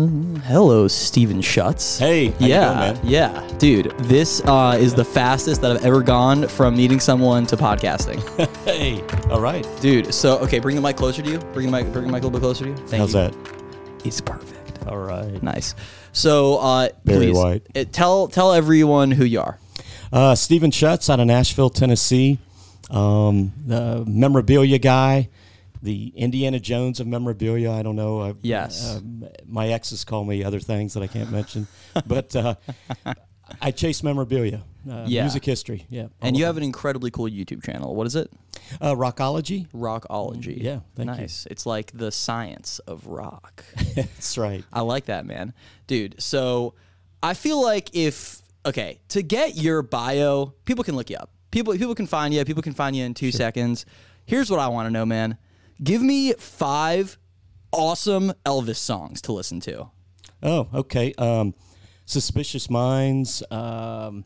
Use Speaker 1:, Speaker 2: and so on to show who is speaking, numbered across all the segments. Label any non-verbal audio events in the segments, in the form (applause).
Speaker 1: Hello, Steven Schutz.
Speaker 2: Hey, how you
Speaker 1: yeah,
Speaker 2: doing, man? (laughs)
Speaker 1: yeah, dude. This uh, is the fastest that I've ever gone from meeting someone to podcasting,
Speaker 2: (laughs) Hey, all right.
Speaker 1: dude. So, okay, bring the mic closer to you. Bring the mic, bring the mic a little bit closer to you. Thank
Speaker 2: How's
Speaker 1: you.
Speaker 2: that?
Speaker 1: It's perfect.
Speaker 2: All right.
Speaker 1: Nice. So, uh,
Speaker 2: Barry
Speaker 1: please
Speaker 2: White.
Speaker 1: uh, tell tell everyone who you are.
Speaker 2: Uh, Stephen Schutz out of Nashville, Tennessee. Um, the memorabilia guy, the Indiana Jones of memorabilia. I don't know. I,
Speaker 1: Yes.
Speaker 2: um, my exes call me other things that I can't mention, (laughs) but uh, I chase memorabilia. Uh,
Speaker 1: Yeah.
Speaker 2: Music history. Yeah.
Speaker 1: And
Speaker 2: all
Speaker 1: you
Speaker 2: of
Speaker 1: have an incredibly cool YouTube channel. What is it?
Speaker 2: it. uh, rockology. (laughs)
Speaker 1: Rockology.
Speaker 2: Yeah, thank you.
Speaker 1: nice. It's like the science of rock. (laughs)
Speaker 2: That's right.
Speaker 1: I like that, man. Dude, so I feel like if okay, to get your bio, people can look you up. People people can find you, people can find you in 2 seconds. Here's what I want to know, man. Give me 5 awesome Elvis songs to listen to.
Speaker 2: Oh, okay. Um, Suspicious Minds, um,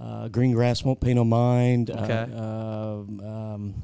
Speaker 2: uh, Green Grass Won't Pay No Mind, uh,
Speaker 1: Okay.
Speaker 2: um, um,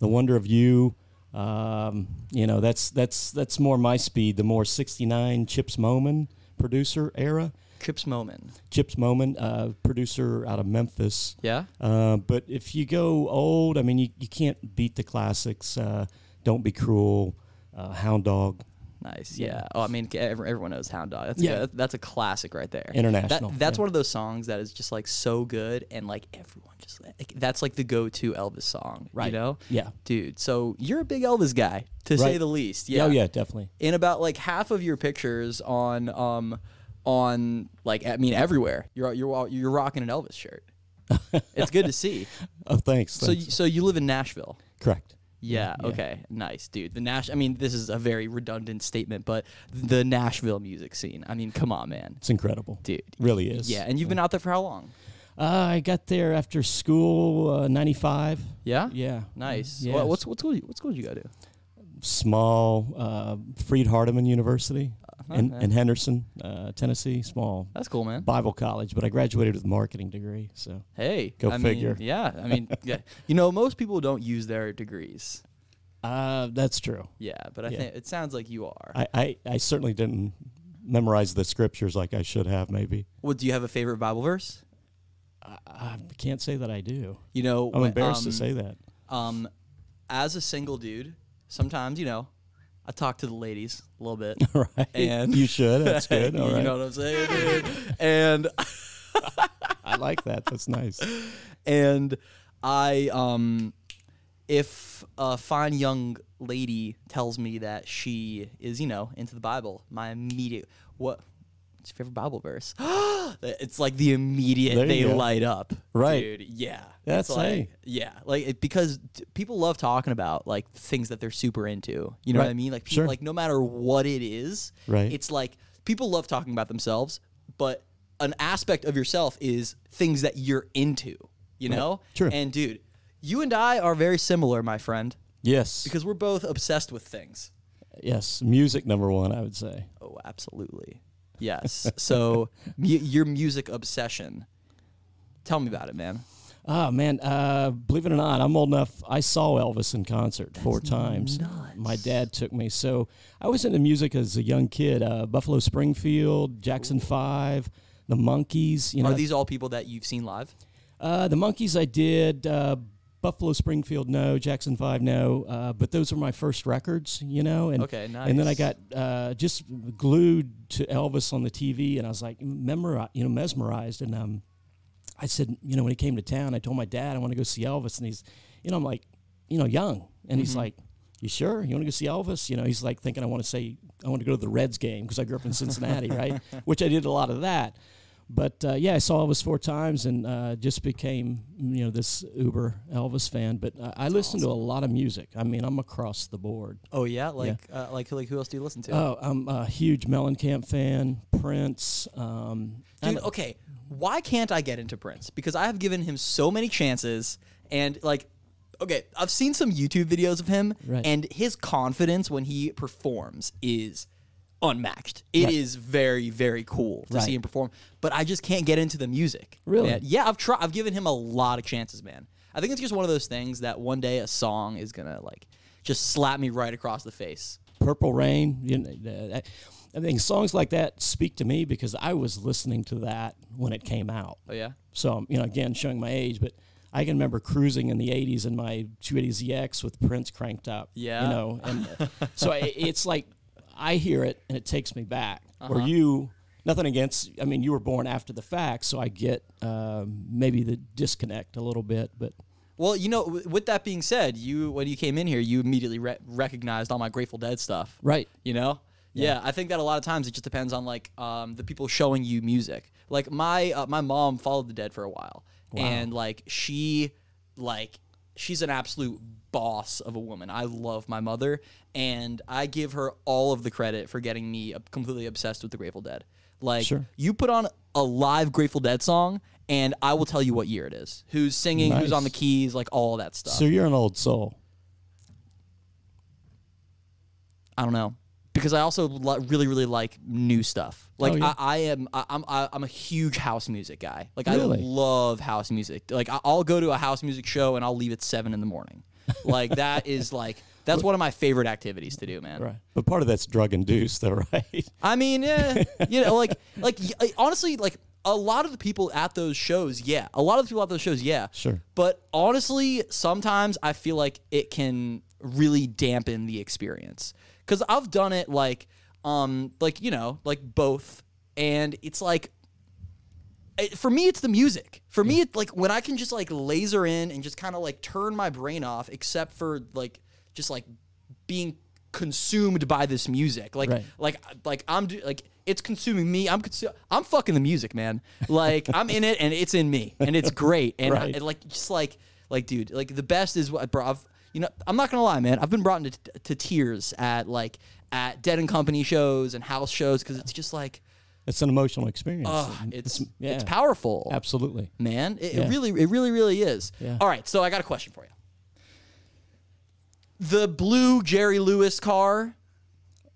Speaker 2: The Wonder of You. Um, you know, that's that's that's more my speed. The more '69 Chips Moman producer era.
Speaker 1: Chips Moman.
Speaker 2: Chips Moman, uh, producer out of Memphis.
Speaker 1: Yeah?
Speaker 2: Uh, but if you go old, I mean, you, you can't beat the classics. Uh, Don't be cruel, uh, Hound Dog.
Speaker 1: Nice. Yeah. Oh, I mean, every- everyone knows Hound Dog. That's
Speaker 2: Yeah.
Speaker 1: yeah. that's a classic right there.
Speaker 2: International,
Speaker 1: That, that's
Speaker 2: yeah.
Speaker 1: one of those songs that is just like so good, and like everyone just like, that's like the go-to Elvis song. You
Speaker 2: Right.
Speaker 1: know.
Speaker 2: Yeah.
Speaker 1: Dude, so you're a big Elvis guy, to say
Speaker 2: Right.
Speaker 1: the least.
Speaker 2: Oh yeah, definitely.
Speaker 1: In about like half of your pictures on um on like I mean everywhere you're you're you're rocking an Elvis shirt.
Speaker 2: (laughs)
Speaker 1: it's good to see.
Speaker 2: Oh, thanks.
Speaker 1: So
Speaker 2: thanks.
Speaker 1: you, so you live in Nashville.
Speaker 2: Correct.
Speaker 1: Yeah, Okay. Nice, dude. The Nash. I mean, this is a very redundant statement, but the Nashville music scene. I mean, come on, man,
Speaker 2: It's incredible.
Speaker 1: dude.
Speaker 2: Really is.
Speaker 1: Yeah, and you've been out there for how long?
Speaker 2: Uh, I got there after school, uh, 95.
Speaker 1: Yeah.
Speaker 2: Yeah. Mm,
Speaker 1: Nice.
Speaker 2: Yeah.
Speaker 1: What, what's what school? What school did you go to?
Speaker 2: Small, uh, Freed Hardeman University
Speaker 1: Uh-huh,
Speaker 2: in, in Henderson, uh, Tennessee. Small
Speaker 1: That's cool, man.
Speaker 2: Bible college, but I graduated with a marketing degree. So,
Speaker 1: Hey,
Speaker 2: Go
Speaker 1: I
Speaker 2: figure.
Speaker 1: Mean, yeah, I
Speaker 2: (laughs)
Speaker 1: mean, yeah. You know, most people don't use their degrees.
Speaker 2: uh, that's true.
Speaker 1: Yeah, but I
Speaker 2: Yeah.
Speaker 1: think it sounds like you are.
Speaker 2: I, I, I certainly didn't memorize the scriptures like I should have, maybe.
Speaker 1: well, do you have a favorite Bible verse?
Speaker 2: I can't say that I do.
Speaker 1: You know,
Speaker 2: I'm
Speaker 1: when-
Speaker 2: embarrassed
Speaker 1: um,
Speaker 2: to say that. (laughs)
Speaker 1: Um, as a single dude, sometimes you know, I talk to the ladies a little bit.
Speaker 2: All (laughs) right.
Speaker 1: and-
Speaker 2: you
Speaker 1: (laughs)
Speaker 2: should. That's good. All
Speaker 1: you
Speaker 2: right.
Speaker 1: know what I'm saying? dude? and
Speaker 2: I like that. That's nice.
Speaker 1: and I um if a fine young lady tells me that she is, you know, into the Bible, my immediate what what's your favorite Bible verse? (gasps) it's like the immediate
Speaker 2: There
Speaker 1: they
Speaker 2: you go.
Speaker 1: light up.
Speaker 2: Right.
Speaker 1: Dude, yeah.
Speaker 2: That's
Speaker 1: it's like,
Speaker 2: hey.
Speaker 1: Yeah. Like it, because t- people love talking about like things that they're super into. You know what
Speaker 2: Right.
Speaker 1: I mean? Like people,
Speaker 2: Sure.
Speaker 1: like no matter what it is,
Speaker 2: Right.
Speaker 1: it's like people love talking about themselves, but an aspect of yourself is things that you're into, you know?
Speaker 2: True.
Speaker 1: And dude, you and I are very similar, my friend, (laughs)
Speaker 2: Yes.
Speaker 1: because we're both obsessed with things.
Speaker 2: Yes, music number one, I would say.
Speaker 1: Oh, absolutely. Yes. so (laughs) mu- your music obsession. Tell me about it, man.
Speaker 2: Oh man, uh, believe it or not, I'm old enough. I saw Elvis in concert four times. My dad took me, so I was into music as a young kid. Uh, Buffalo Springfield, Jackson Five, the Monkees. You know,
Speaker 1: Are these all people that you've seen live?
Speaker 2: uh, the Monkees I did. Uh, Buffalo Springfield, no. Jackson Five, no. Uh, but those were my first records, you know. And
Speaker 1: Okay,
Speaker 2: And then I
Speaker 1: nice.
Speaker 2: got uh, just glued to Elvis on the TV, and I was like, memori- you know, mesmerized. And um, I said, you know, when he came to town, I told my dad I want to go see Elvis, and he's, you know, I'm like, you know, young, and
Speaker 1: Mm-hmm.
Speaker 2: he's like, you sure you want to go see Elvis? You know, he's like thinking I want to say I want to go to the Reds game because I grew up in Cincinnati, (laughs) right? Which I did a lot of that, but uh, yeah, I saw Elvis four times and uh, just became you know this uber Elvis fan. But uh, I listen to a lot of music. I mean, I'm across the board.
Speaker 1: Oh yeah, like Uh, like like who else do you listen to?
Speaker 2: Oh, I'm a huge Mellencamp fan. Prince. Um, I
Speaker 1: Dude, okay, why can't I get into Prince? Because I have given him so many chances, and like, okay, I've seen some YouTube videos of him,
Speaker 2: Right.
Speaker 1: and his confidence when he performs is unmatched. It is very, very cool to
Speaker 2: Right.
Speaker 1: see him perform, but I just can't get into the music.
Speaker 2: Really?
Speaker 1: man. Yeah, I've tried. I've given him a lot of chances, man. I think it's just one of those things that one day a song is gonna like just slap me right across the face.
Speaker 2: Purple Rain. You know, the- I think songs like that speak to me because I was listening to that when it came out.
Speaker 1: Oh yeah.
Speaker 2: So, you know, again, showing my age, but I can remember cruising in the 80s in my 280ZX with Prince cranked up.
Speaker 1: Yeah.
Speaker 2: You know, and
Speaker 1: (laughs)
Speaker 2: so i it's like I hear it and it takes me back. Or
Speaker 1: Uh-huh.
Speaker 2: you, nothing against, I mean, you were born after the fact, so I get um, maybe the disconnect a little bit, but
Speaker 1: Well, you know, w- with that being said, you when you came in here, you immediately re- recognized all my Grateful Dead stuff.
Speaker 2: right.
Speaker 1: You know? Yeah. I think that a lot of times it just depends on like um, the people showing you music. Like my uh, my mom followed the Dead for a while, and like she like she's an absolute boss of a woman. I love my mother, and I give her all of the credit for getting me ob- completely obsessed with the Grateful Dead. Like
Speaker 2: Sure.
Speaker 1: you put on a live Grateful Dead song, and I will tell you what year it is, who's singing, who's on the
Speaker 2: Nice.
Speaker 1: keys, like all that stuff.
Speaker 2: So you're an old soul.
Speaker 1: I don't know because I also lo- really really like new stuff. Like
Speaker 2: Oh, yeah.
Speaker 1: I, I am I, I'm I, I'm a huge house music guy. Like
Speaker 2: Really?
Speaker 1: I love house music. Like I- I'll go to a house music show and I'll leave at seven in the morning. Like that is like that's one of my favorite activities to do, man.
Speaker 2: Right.
Speaker 3: But part of that's drug induced, though,
Speaker 2: (laughs)
Speaker 3: right?
Speaker 1: I mean, yeah, you know, like like y- honestly, like a lot of the people at those shows, yeah, a lot of the people at those shows, yeah,
Speaker 3: Sure.
Speaker 1: But honestly, sometimes I feel like it can really dampen the experience because I've done it like, um, like you know, like both, and it's like. It, for me, it's the music. For me, it's like when I can just like laser in and just kind of like turn my brain off, except for like just like being consumed by this music. Like
Speaker 2: Right.
Speaker 1: like like I'm do- like it's consuming me. I'm consu- I'm fucking the music, man.
Speaker 2: (laughs)
Speaker 1: Like I'm in it and it's in me and it's great. And, I-
Speaker 2: Right.
Speaker 1: and, like just like like dude, like the best is what bro. I've, you know, I'm not gonna lie, man. I've been brought into to tears at like at Dead and Company shows and house shows because it's just like
Speaker 2: It's an emotional experience.
Speaker 1: ugh, it's it's,
Speaker 2: yeah.
Speaker 1: powerful,
Speaker 2: Absolutely.
Speaker 1: man. It,
Speaker 2: Yeah.
Speaker 1: it really it really really is.
Speaker 2: Yeah.
Speaker 1: All right, so I got a question for you. The blue Jerry Lewis car.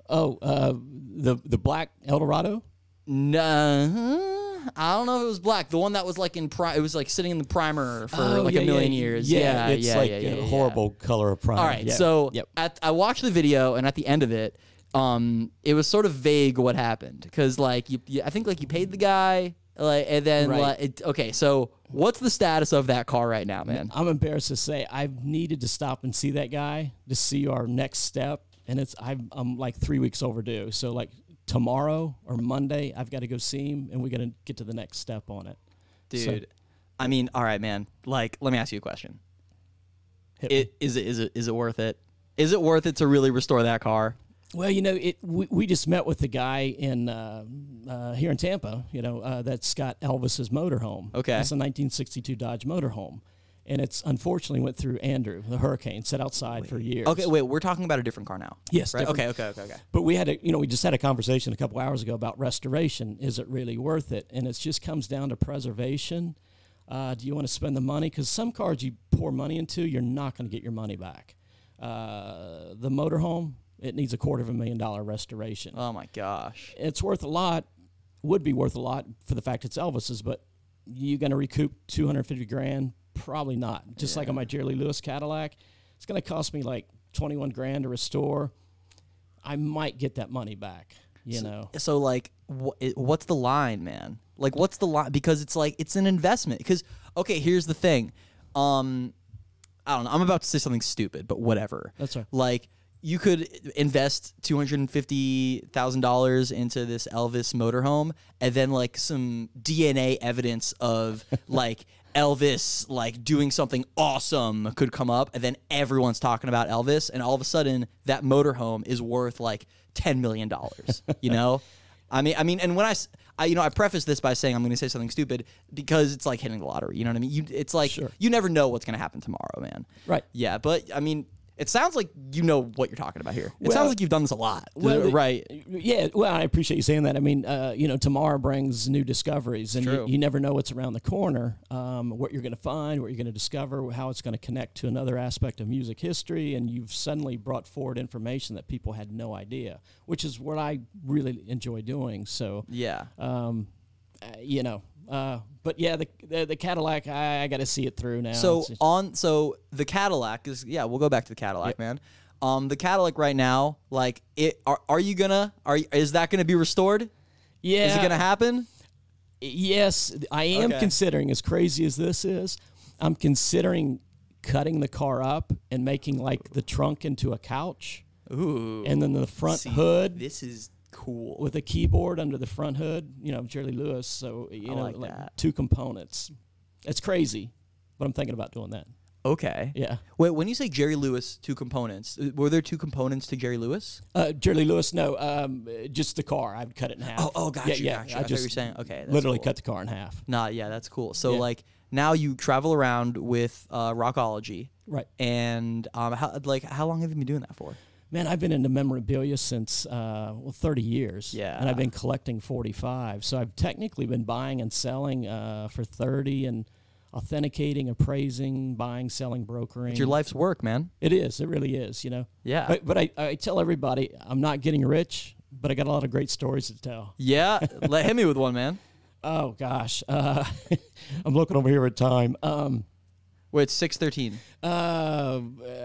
Speaker 2: Oh, uh, the the black Eldorado?
Speaker 1: No, I don't know if it was black. The one that was like in pri- it was like sitting in the primer for
Speaker 2: Oh,
Speaker 1: like
Speaker 2: yeah,
Speaker 1: a
Speaker 2: yeah,
Speaker 1: million years. Yeah, yeah,
Speaker 2: it's
Speaker 1: yeah,
Speaker 2: like
Speaker 1: yeah,
Speaker 2: a
Speaker 1: yeah.
Speaker 3: Horrible color of prime.
Speaker 1: All right,
Speaker 2: yeah.
Speaker 1: so
Speaker 2: Yep.
Speaker 1: at, I watched the video, and at the end of it, um, it was sort of vague what happened because like you, you, I think like you paid the guy, like, and then
Speaker 2: Right.
Speaker 1: like, it, okay, so what's the status of that car right now, man?
Speaker 2: I'm embarrassed to say I've needed to stop and see that guy to see our next step, and it's I'm, I'm like three weeks overdue. So like tomorrow or Monday, I've got to go see him, and we got to get to the next step on it.
Speaker 1: Dude,
Speaker 2: So-
Speaker 1: I mean, all right, man. Like, let me ask you a question.
Speaker 2: Hit
Speaker 1: It is it is it is it worth it? Is it worth it to really restore that car?
Speaker 2: Well, you know, it we, we just met with the guy in uh, uh, here in Tampa. You know, uh, that's got Elvis's motorhome.
Speaker 1: Okay.
Speaker 2: that's a 1962 Dodge motorhome, and it's unfortunately went through Andrew, the hurricane, sat outside for years.
Speaker 1: Okay, wait, we're talking about a different car now.
Speaker 2: Yes,
Speaker 1: Right?
Speaker 2: different-
Speaker 1: Okay, okay, okay, okay.
Speaker 2: But we had a, you know, we just had a conversation a couple hours ago about restoration. Is it really worth it? And it just comes down to preservation. Uh, do you want to spend the money? Because some cars you pour money into, you're not going to get your money back. Uh, the motorhome, it needs a quarter of a million dollar restoration.
Speaker 1: Oh my gosh.
Speaker 2: it's worth a lot, would be worth a lot for the fact it's Elvis's, but you're going to recoup 250 grand? Probably not. Just like on my Jerry Lee Lewis Cadillac, it's going to cost me like 21 grand to restore. I might get that money back, you know.
Speaker 1: So like, wh- it- what's the line, man? Like, what's the line? Because it's like it's an investment. Because okay, here's the thing. Um, I don't know. I'm about to say something stupid, but whatever.
Speaker 2: That's right.
Speaker 1: Like you could invest two hundred and fifty thousand dollars into this Elvis motorhome, and then like some DNA evidence of like Elvis like doing something awesome could come up, and then everyone's talking about Elvis, and all of a sudden that motorhome is worth like ten million dollars. You know, I mean, I mean, and when I. s- I- you know, I preface this by saying I'm going to say something stupid because it's like hitting the lottery. You know what I mean? You, it's like you never know what's going to happen tomorrow, man.
Speaker 2: Right.
Speaker 1: Yeah, but I mean, it sounds like you know what you're talking about here. It sounds like you've done this a lot.
Speaker 2: well,
Speaker 1: right.
Speaker 2: Yeah, well, I appreciate you saying that. I mean, uh, you know, tomorrow brings new discoveries, and
Speaker 1: True.
Speaker 2: you, you never know what's around the corner, um, what you're going to find, what you're going to discover, how it's going to connect to another aspect of music history, and you've suddenly brought forward information that people had no idea, which is what I really enjoy doing. So,
Speaker 1: Yeah.
Speaker 2: um, uh, you know, uh, but yeah, the the, the Cadillac, I, I got to see it through now.
Speaker 1: so
Speaker 2: It's-
Speaker 1: on so the Cadillac is yeah, we'll go back to the Cadillac, man. Um, the Cadillac right now, like it, are, are you gonna? Are you- is that gonna be restored?
Speaker 2: Yeah.
Speaker 1: Is it gonna happen?
Speaker 2: Yes, I am
Speaker 1: Okay.
Speaker 2: considering, as crazy as this is, I'm considering cutting the car up and making like the trunk into a couch. Ooh. And then the front hood
Speaker 1: This is cool.
Speaker 2: with a keyboard under the front hood, you know, Jerry Lewis. So, you know,
Speaker 1: like
Speaker 2: like,
Speaker 1: that.
Speaker 2: two components. It's crazy, but I'm thinking about doing that.
Speaker 1: Okay.
Speaker 2: Yeah.
Speaker 1: Wait, when you say Jerry Lewis, two components, uh, were there two components to Jerry Lewis?
Speaker 2: Uh, Jerry Lewis, no, um, uh, just the car. I would cut it in half.
Speaker 1: Oh, oh, gotcha,
Speaker 2: Yeah, yeah.
Speaker 1: gotcha. I
Speaker 2: I
Speaker 1: thought you
Speaker 2: just
Speaker 1: were saying- okay, that's
Speaker 2: literally
Speaker 1: cool.
Speaker 2: cut the car in half.
Speaker 1: Nah, yeah, that's cool. So
Speaker 2: Yeah.
Speaker 1: like now you travel around with uh, Rockology,
Speaker 2: Right.
Speaker 1: and um, how, like how long have you been doing that for?
Speaker 2: Man, I've been into memorabilia since uh, well, 30 years.
Speaker 1: Yeah.
Speaker 2: And I've been collecting 45. So I've technically been buying and selling uh, for 30 and authenticating, appraising, buying, selling, brokering.
Speaker 1: It's your life's work, man.
Speaker 2: It is. It really is, you know?
Speaker 1: Yeah.
Speaker 2: But, but I, I tell everybody I'm not getting rich, but I got a lot of great stories to tell.
Speaker 1: Yeah, let hit me with one, man.
Speaker 2: Oh, gosh. Uh, (laughs) I'm looking over here at time. Um,
Speaker 1: Wait, it's six thirteen.
Speaker 2: uh,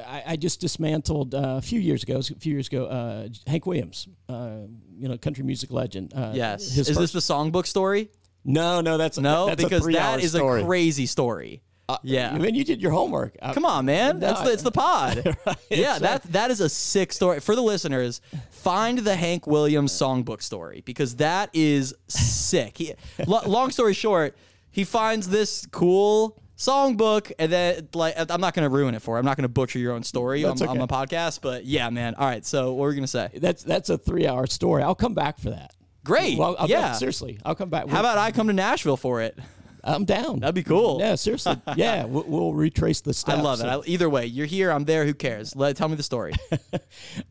Speaker 2: I, I just dismantled uh, a few years ago. A few years ago, uh, Hank Williams, uh, you know, country music legend. Uh,
Speaker 1: Yes.
Speaker 2: his
Speaker 1: Is this
Speaker 2: first-
Speaker 1: the songbook story?
Speaker 3: No, no, that's
Speaker 1: No,
Speaker 3: That's
Speaker 1: because
Speaker 3: a three
Speaker 1: that
Speaker 3: hour
Speaker 1: is
Speaker 3: story. Uh,
Speaker 1: a crazy story.
Speaker 2: I
Speaker 1: yeah.
Speaker 2: mean, you did your homework. Uh, I-
Speaker 1: Come on, man. That's
Speaker 2: No,
Speaker 1: the, it's the
Speaker 2: (laughs)
Speaker 1: pod. yeah, that that is a sick story for the listeners. Find the Hank Williams songbook story because that is sick. He, (laughs) lo- long story short, he finds this cool songbook and then like I'm not going to ruin it for. you. I'm not going to butcher your own story on,
Speaker 2: That's
Speaker 1: on
Speaker 2: okay.
Speaker 1: my podcast, but yeah, man. All right, so what were we going to say?
Speaker 2: That's that's a three-hour story. I'll come back for that.
Speaker 1: Great.
Speaker 2: Well, I'll,
Speaker 1: yeah.
Speaker 2: seriously, I'll come back.
Speaker 1: How about I come to Nashville for it?
Speaker 2: I'm down.
Speaker 1: That'd be cool. (laughs)
Speaker 2: Yeah, seriously. Yeah, we'll, we'll retrace the
Speaker 1: I
Speaker 2: steps.
Speaker 1: love it. I, either way, you're here, I'm there. Who cares? Let, tell me the story.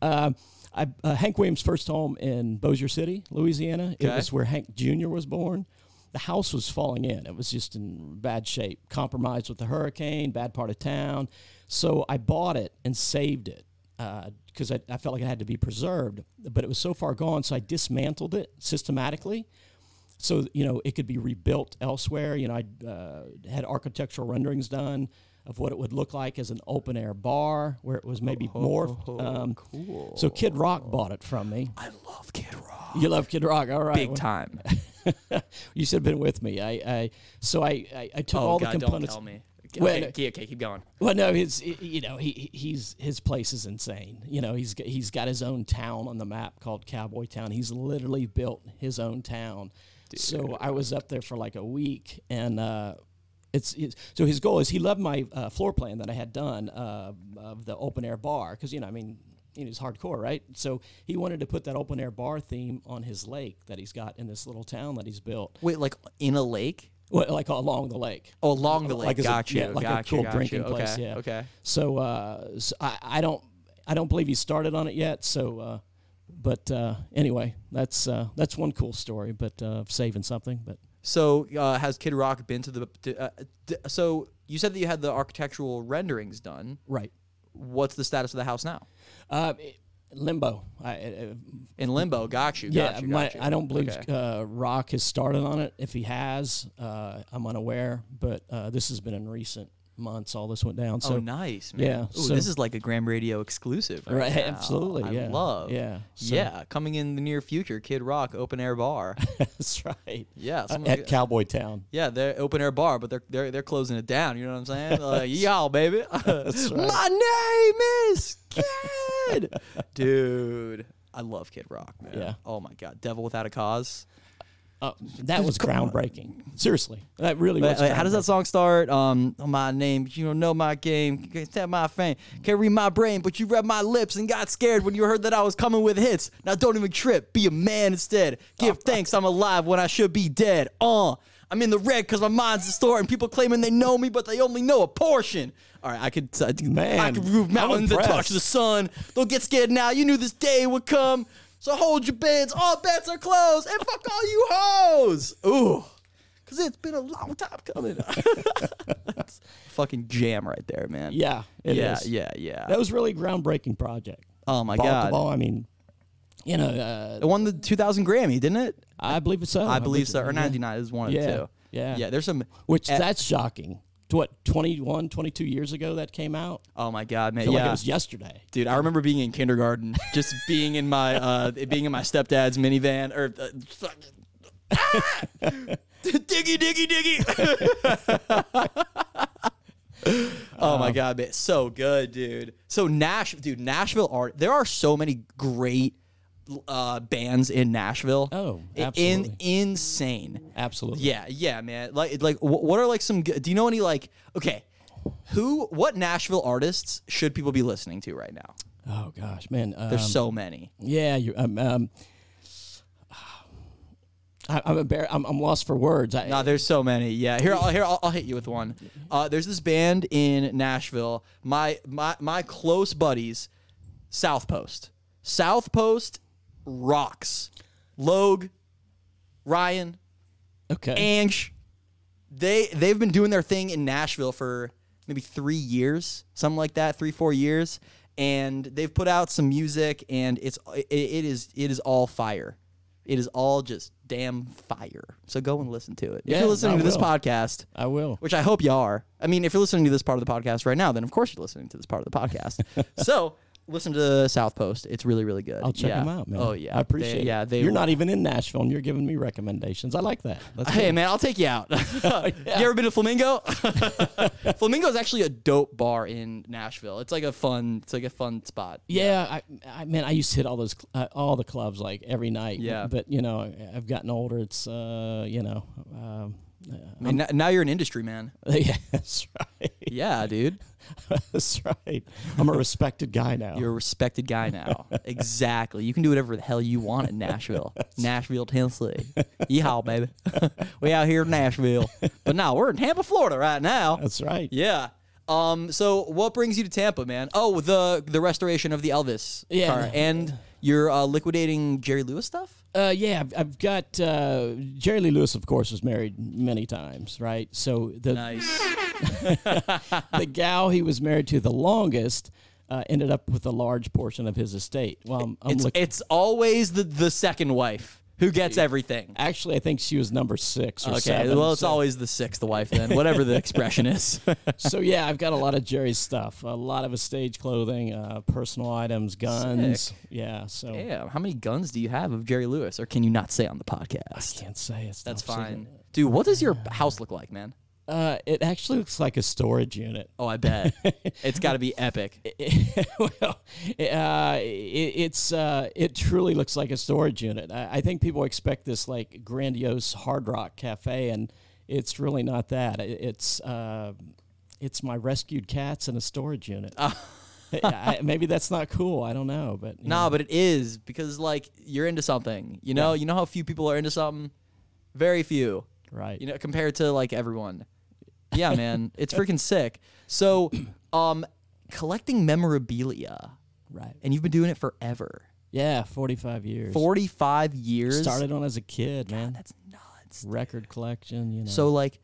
Speaker 2: Um, I, uh, Hank Williams' first home in Bossier City, Louisiana. It
Speaker 1: Okay.
Speaker 2: was where Hank Jr. was born. The house was falling in. It was just in bad shape, compromised with the hurricane, bad part of town. So I bought it and saved it because I, I felt like it had to be preserved, but it was so far gone. So I dismantled it systematically so you know it could be rebuilt elsewhere. You know, I uh, had architectural renderings done of what it would look like as an open air bar where it was maybe morphed. um, (laughs) cool. So Kid Rock bought it from me.
Speaker 1: I love Kid Rock.
Speaker 2: You love Kid Rock, all right?
Speaker 1: Big
Speaker 2: Well,
Speaker 1: (laughs) time.
Speaker 2: You should have been with me. I, I so I, I, I
Speaker 1: Oh,
Speaker 2: took all the components.
Speaker 1: me.
Speaker 2: Well, no.
Speaker 1: okay, okay, keep going.
Speaker 2: Well, no, his you know he he's his place is insane. You know he's g- he's got his own town on the map called Cowboy Town. He's literally built his own town. So I was up there for like a week, and uh, it's, it's so his goal is he loved my uh, floor plan that I had done uh, of the open air bar because you know I mean you know, he's hardcore right. So he wanted to put that open air bar theme on his lake that he's got in this little town that he's built,
Speaker 1: Wait, like in a lake?
Speaker 2: well, like along the lake.
Speaker 1: Oh, along the lake.
Speaker 3: Like as a-
Speaker 1: got you.
Speaker 2: yeah, like
Speaker 1: got
Speaker 2: a cool
Speaker 1: you, got
Speaker 2: drinking
Speaker 1: you.
Speaker 2: place.
Speaker 1: Okay,
Speaker 2: Yeah.
Speaker 1: Okay.
Speaker 2: So, uh, so I, I don't I don't believe he started on it yet. So, uh, but uh, anyway, that's uh, that's one cool story. But uh, of saving something. But
Speaker 1: So, uh, has Kid Rock been to the? to, uh, d- so you said that you had the architectural renderings done.
Speaker 2: right,
Speaker 1: What's the status of the house now?
Speaker 2: uh, it- limbo. I, uh,
Speaker 1: In limbo. Got you.
Speaker 2: yeah,
Speaker 1: got you,
Speaker 2: my,
Speaker 1: got you.
Speaker 2: I don't believe
Speaker 1: Okay.
Speaker 2: uh, Rock has started on it. If he has, uh, I'm unaware. But uh, this has been in recent months. All this went down. So (laughs)
Speaker 1: oh, nice, man.
Speaker 2: yeah,
Speaker 1: Ooh,
Speaker 2: so-
Speaker 1: this is like a Graham Radio exclusive. Right.
Speaker 2: Right,
Speaker 1: now.
Speaker 2: absolutely,
Speaker 1: I
Speaker 2: yeah,
Speaker 1: love.
Speaker 2: yeah, so-
Speaker 1: Yeah. Coming in the near future, Kid Rock open air
Speaker 2: (laughs)
Speaker 1: bar.
Speaker 2: that's right.
Speaker 1: Yeah.
Speaker 2: Uh,
Speaker 1: someone's
Speaker 3: at
Speaker 1: got-
Speaker 3: Cowboy Town.
Speaker 1: Yeah, they're open air bar, but they're they're they're closing it down. You know what I'm saying? Like, y'all, baby. My name is Kid, (laughs) dude. I love Kid Rock, man.
Speaker 2: Yeah.
Speaker 1: Oh my God, Devil Without a Cause.
Speaker 2: Uh, that was groundbreaking. Seriously, that really
Speaker 1: Wait,
Speaker 2: was.
Speaker 1: wait, uh, how does that song start? Um, oh, my name, you don't know my game, can't stand my fame, can't read my brain, but you read my lips and got scared when you heard that I was coming with hits. Now don't even trip, be a man instead.
Speaker 3: (laughs)
Speaker 1: Give thanks, I'm alive when I should be dead. Uh, I'm in the red because my mind's distorted. and People claiming they know me, but they only know a portion. All right, I could, I could- I
Speaker 3: Man,
Speaker 1: could move
Speaker 3: I'm
Speaker 1: mountains and touch
Speaker 3: impressed.
Speaker 1: the sun. Don't get scared now. You knew this day would come. So hold your beds. All bets are closed. And fuck all you hoes. Ooh. Cause it's been a long time
Speaker 2: (laughs)
Speaker 1: coming. That's fucking jam right there, man.
Speaker 2: Yeah, it
Speaker 1: yeah,
Speaker 2: is.
Speaker 1: yeah, yeah.
Speaker 2: That was really groundbreaking project.
Speaker 1: Oh, my
Speaker 2: Ball to
Speaker 1: God.
Speaker 2: ball, I mean, you know, uh,
Speaker 1: it won the 2000 Grammy, didn't it?
Speaker 2: I believe it's so.
Speaker 1: I believe so. Or 99 is one of the
Speaker 2: Yeah,
Speaker 1: two.
Speaker 2: yeah.
Speaker 1: Yeah. There's some.
Speaker 2: Which
Speaker 1: eh,
Speaker 2: that's shocking. what 21, 22 years ago that came out.
Speaker 1: Oh my god, man!
Speaker 2: I feel
Speaker 1: Yeah,
Speaker 2: like it was yesterday.
Speaker 1: dude, I remember being in kindergarten,
Speaker 2: (laughs)
Speaker 1: just being in my uh, being in my stepdad's minivan or. Uh, fuck. Ah! (laughs) diggy, diggy, diggy. (laughs) oh my god, man, so good, dude. So Nash, dude, Nashville art. There are so many great uh, bands in Nashville.
Speaker 2: Oh,
Speaker 1: I-
Speaker 2: absolutely.
Speaker 1: in insane.
Speaker 2: Absolutely.
Speaker 1: Yeah, yeah, man. Like, like, wh- what are like some? g- Do you know any like? Okay, who? What Nashville artists should people be listening to right now?
Speaker 2: Oh gosh, man. Um,
Speaker 1: There's so many.
Speaker 2: yeah, you. Um, um, I, I'm embarrassed. I'm, I'm lost for words. I,
Speaker 1: No, there's so many. Yeah, here, I'll, here, I'll, I'll hit you with one. Uh, there's this band in Nashville. My, my, my close buddies, South Post. South Post rocks. Logue, Ryan,
Speaker 2: okay.
Speaker 1: Ange. They they've been doing their thing in Nashville for maybe three years, something like that, three four years, and they've put out some music, and it's it, it is it is all fire, it is all just damn fire. So go and listen to it. if
Speaker 2: Yeah,
Speaker 1: you're listening
Speaker 2: I
Speaker 1: to this
Speaker 2: will.
Speaker 1: podcast,
Speaker 2: I will.
Speaker 1: which I hope you are. I mean, if you're listening to this part of the podcast right now, then of course you're listening to this part of the
Speaker 2: (laughs)
Speaker 1: podcast. so. Listen to South Post; it's really, really good.
Speaker 2: I'll check
Speaker 1: Yeah.
Speaker 2: them out, man.
Speaker 1: Oh yeah,
Speaker 2: I appreciate.
Speaker 1: They-
Speaker 2: it.
Speaker 1: Yeah, they
Speaker 2: You're not even in Nashville, and you're giving me recommendations. I like that.
Speaker 1: (laughs)
Speaker 2: That's
Speaker 1: Hey
Speaker 2: good.
Speaker 1: man, I'll take you out. You ever been to Flamingo? (laughs) Flamingo is actually a dope bar in Nashville. It's like a fun, it's like a fun spot.
Speaker 2: Yeah, I, I man, I used to hit all those cl- uh, all the clubs like every night.
Speaker 1: Yeah.
Speaker 2: but you know, I- I've gotten older. It's uh, you know, um, (laughs) uh,
Speaker 1: I mean, n- now you're an industry man.
Speaker 2: yeah, that's right. (laughs)
Speaker 1: Yeah, dude,
Speaker 2: That's right. I'm a respected guy now.
Speaker 1: you're a respected guy now. exactly. You can do whatever the hell you want in
Speaker 2: (laughs)
Speaker 1: Nashville, Nashville, Tennessee. Yeehaw, baby. (laughs) we out here in Nashville, but no, we're in Tampa, Florida right now.
Speaker 2: that's right.
Speaker 1: Yeah. Um. So, what brings you to Tampa, man? Oh, the the restoration of the Elvis
Speaker 2: Yeah,
Speaker 1: car,
Speaker 2: no.
Speaker 1: and you're uh, liquidating Jerry Lewis stuff.
Speaker 2: Uh, yeah, I've, I've got uh, Jerry Lee Lewis. Of course, was married many times, right? So the
Speaker 1: Nice.
Speaker 2: the gal he was married to the longest uh, ended up with a large portion of his estate. Well, I'm, I'm
Speaker 1: It's,
Speaker 2: looking.
Speaker 1: it's always the the second wife who gets everything.
Speaker 2: Actually, I think she was number six or
Speaker 1: Okay.
Speaker 2: seven.
Speaker 1: well, it's
Speaker 2: so-
Speaker 1: always the sixth wife then, whatever the expression is.
Speaker 2: so yeah, I've got a lot of Jerry's stuff, a lot of his stage clothing, uh, personal items, guns. Yeah, so
Speaker 1: (laughs) Damn. How many guns do you have of Jerry Lewis, or can you not say on the podcast?
Speaker 2: can't say it's
Speaker 1: That's
Speaker 2: top
Speaker 1: fine,
Speaker 2: secret.
Speaker 1: dude. What does your house look like, man?
Speaker 2: Uh, it actually looks like a storage unit. (laughs)
Speaker 1: Oh, I (laughs) bet it's got to be epic.
Speaker 2: well, uh, it, it's uh, it truly looks like a storage unit. I, I think people expect this like grandiose hard rock cafe, and it's really not that. It, it's uh, it's my rescued cats in a
Speaker 1: (laughs)
Speaker 2: storage unit. I, maybe that's not cool. I don't know, but you
Speaker 1: Nah, but it is because like you're into something. You know, you know how few people are into something. Very few.
Speaker 2: know, right?
Speaker 1: you know, compared to like everyone. Yeah, man,
Speaker 2: (laughs)
Speaker 1: it's freaking sick.
Speaker 2: (clears throat)
Speaker 1: So, um, collecting memorabilia,
Speaker 2: right.
Speaker 1: and you've been doing it forever,
Speaker 2: Yeah, 45 years.
Speaker 1: forty-five years.
Speaker 2: Started on as a kid, man.
Speaker 1: That's nuts.
Speaker 2: Record collection, you know.
Speaker 1: So, like,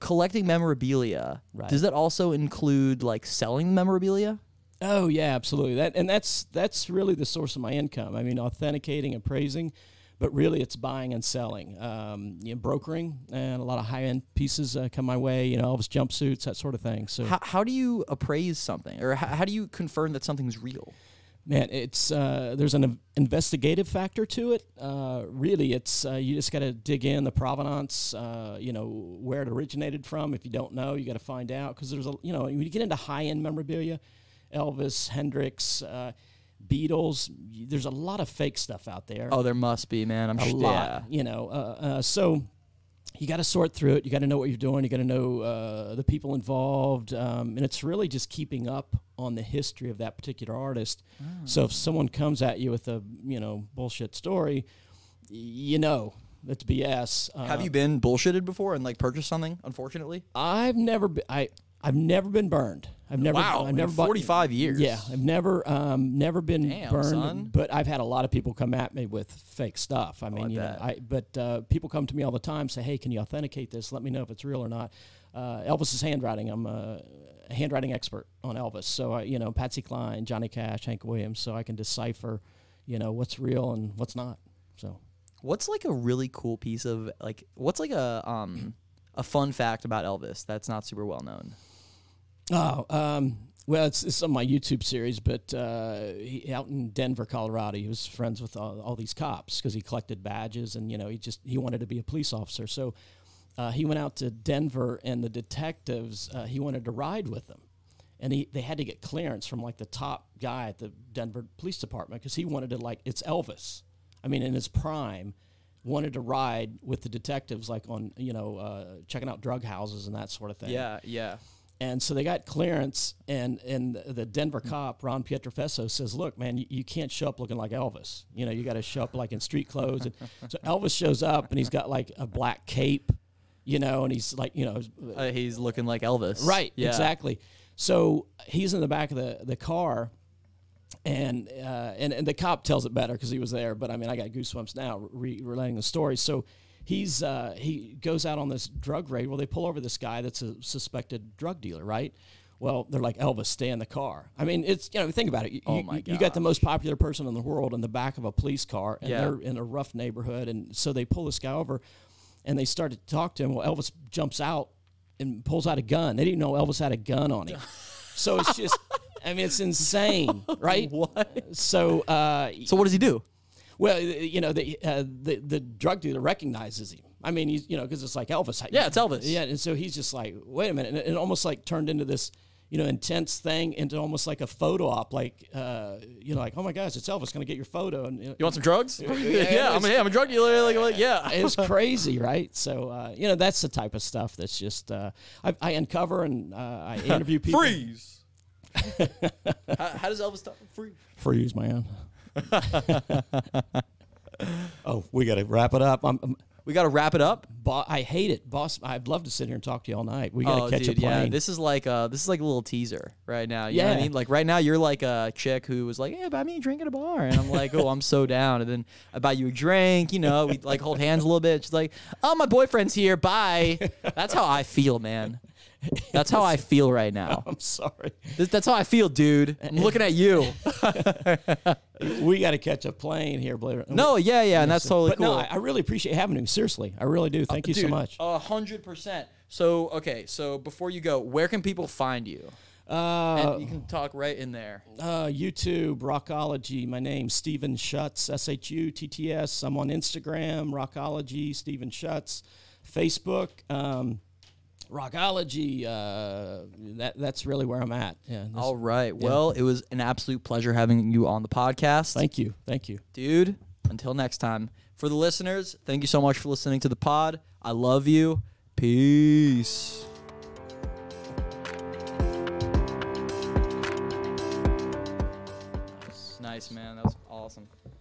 Speaker 1: collecting memorabilia.
Speaker 2: Right.
Speaker 1: Does that also include like selling memorabilia?
Speaker 2: oh yeah, absolutely. That and that's that's really the source of my income. I mean, authenticating, appraising, but really it's buying and selling. Um, you know, brokering and a lot of high end pieces uh, come my way. You know, Elvis jumpsuits, that sort of thing. So
Speaker 1: How, how do you appraise something, or how, how do you confirm that something's real?
Speaker 2: man, it's uh, there's an in- investigative factor to it. Uh, really, it's uh, you just got to dig in the provenance. Uh, you know where it originated from. If you don't know, you got to find out because there's a you know when you get into high end memorabilia, Elvis, Hendrix, uh, Beatles. y- There's a lot of fake stuff out there
Speaker 1: Oh, there must be, man. I'm
Speaker 2: a
Speaker 1: sure.
Speaker 2: lot.
Speaker 1: yeah.
Speaker 2: You know, uh, uh, so you got to sort through it. You got to know what you're doing. You got to know uh, the people involved, um, and it's really just keeping up on the history of that particular artist.
Speaker 1: Ah.
Speaker 2: So if someone comes at you with a you know bullshit story, y- you know that's BS. Uh,
Speaker 1: Have you been bullshitted before and like purchased something? Unfortunately,
Speaker 2: I've never been. I I've never been burned. I've never.
Speaker 1: Wow,
Speaker 2: I've
Speaker 1: in
Speaker 2: never bought-
Speaker 1: 45 years.
Speaker 2: Yeah, I've never, um, never been
Speaker 1: Damn,
Speaker 2: burned.
Speaker 1: son. Oh,
Speaker 2: But I've had a lot of people come at me with fake stuff. I mean, you
Speaker 1: bet.
Speaker 2: know, I. But uh, people come to me all the time, say, "Hey, can you authenticate this? Let me know if it's real or not." Uh, Elvis's handwriting. I'm a handwriting expert on Elvis, so I, you know, Patsy Cline, Johnny Cash, Hank Williams, so I can decipher, you know, what's real and what's not. So.
Speaker 1: What's like a really cool piece of like what's like a um a fun fact about Elvis that's not super well known?
Speaker 2: Oh, um, well, it's, it's on my YouTube series, but uh, he, out in Denver, Colorado, he was friends with all, all these cops because he collected badges, and you know, he just he wanted to be a police officer. So uh, he went out to Denver, and the detectives uh, he wanted to ride with them, and he they had to get clearance from like the top guy at the Denver Police Department because he wanted to like it's Elvis. I mean, in his prime, wanted to ride with the detectives like on you know uh, checking out drug houses and that sort of thing.
Speaker 1: Yeah, yeah.
Speaker 2: And so they got clearance, and and the Denver cop Ron Pietrofesso says, "Look, man, you, you can't show up looking like Elvis. You know, you got to show up like in street clothes." And so Elvis shows up, and he's got like a black cape, you know, and he's like, you know,
Speaker 1: Uh, he's looking like Elvis.
Speaker 2: right,
Speaker 1: Yeah.
Speaker 2: exactly. So he's in the back of the the car, and uh, and and the cop tells it better because he was there. But I mean, I got goosebumps now re- relating the story. So he's uh, he goes out on this drug raid. Well, they pull over this guy that's a suspected drug dealer, right? Well, they're like Elvis, stay in the car. I mean, it's you know, think about it. You,
Speaker 1: Oh
Speaker 2: you-
Speaker 1: my
Speaker 2: you got the most popular person in the world in the back of a police car, and
Speaker 1: Yeah.
Speaker 2: they're in a rough neighborhood, and so they pull this guy over, and they start to talk to him. Well, Elvis jumps out and pulls out a gun. They didn't know Elvis had a gun
Speaker 1: (laughs)
Speaker 2: on him, so it's just. I mean, it's insane, right?
Speaker 1: What?
Speaker 2: So, uh,
Speaker 1: So what does he do?
Speaker 2: well, you know, the, uh, the the drug dealer recognizes him. I mean, he's, you know, because it's like Elvis.
Speaker 1: Yeah, it's Elvis.
Speaker 2: Yeah, and so he's just like, wait a minute, and it, it almost like turned into this, you know, intense thing, into almost like a photo op, like, uh, you know, like, oh my gosh, it's Elvis, gonna get your photo, and you know,
Speaker 1: You want some drugs? (laughs) yeah, I'm, a, yeah, I'm a drug dealer. Like, like, yeah. (laughs)
Speaker 2: it's crazy, right? So, uh, you know, that's the type of stuff that's just uh, I, I uncover and uh,
Speaker 1: (laughs)
Speaker 2: I interview people.
Speaker 1: Freeze. how, how does Elvis talk? Freeze.
Speaker 2: freeze, (laughs) man.
Speaker 3: Oh, we got to wrap it up.
Speaker 2: I'm, I'm-
Speaker 1: We got to wrap it up.
Speaker 2: bo- I hate it, boss. I'd love to sit here and talk to you all night. We gotta
Speaker 1: oh,
Speaker 2: catch
Speaker 1: dude,
Speaker 2: a plane.
Speaker 1: yeah. This is like uh, this is like a little teaser right now. You know what I
Speaker 2: Yeah.
Speaker 1: mean? Like right now, you're like a chick who was like, "Yeah, buy me a drink at a bar," and I'm like, "Oh, I'm so (laughs) down." And then I buy you a drink. You know, we like hold hands a little bit. She's like, "Oh, my boyfriend's here. Bye." That's how I feel, man. That's how
Speaker 2: (laughs)
Speaker 1: I feel right now.
Speaker 2: (laughs) I'm sorry.
Speaker 1: Th- That's how I feel, dude. I'm looking at
Speaker 2: (laughs)
Speaker 1: you.
Speaker 2: we got to catch a plane here, Blair.
Speaker 1: No, yeah, yeah, and that's totally
Speaker 2: but
Speaker 1: cool. Oh,
Speaker 2: no, I, I really appreciate having him. Seriously, I really do. Thank you so
Speaker 1: Dude,
Speaker 2: much.
Speaker 1: A hundred percent. So okay, so before you go, where can people find you?
Speaker 2: Uh,
Speaker 1: And you can talk right in there.
Speaker 2: uh, YouTube, Rockology. My name, Stephen Schutz, S H U T T S. I'm on Instagram, Rockology, Stephen Schutz, Facebook, um, Rockology. Uh, that that's really where I'm at. Yeah. that's-
Speaker 1: All right. Well, it was an absolute pleasure having you on the podcast.
Speaker 2: Thank you. Thank you.
Speaker 1: Dude, until next time. For the listeners, thank you so much for listening to the pod. I love you. Peace. Nice, man. That was awesome.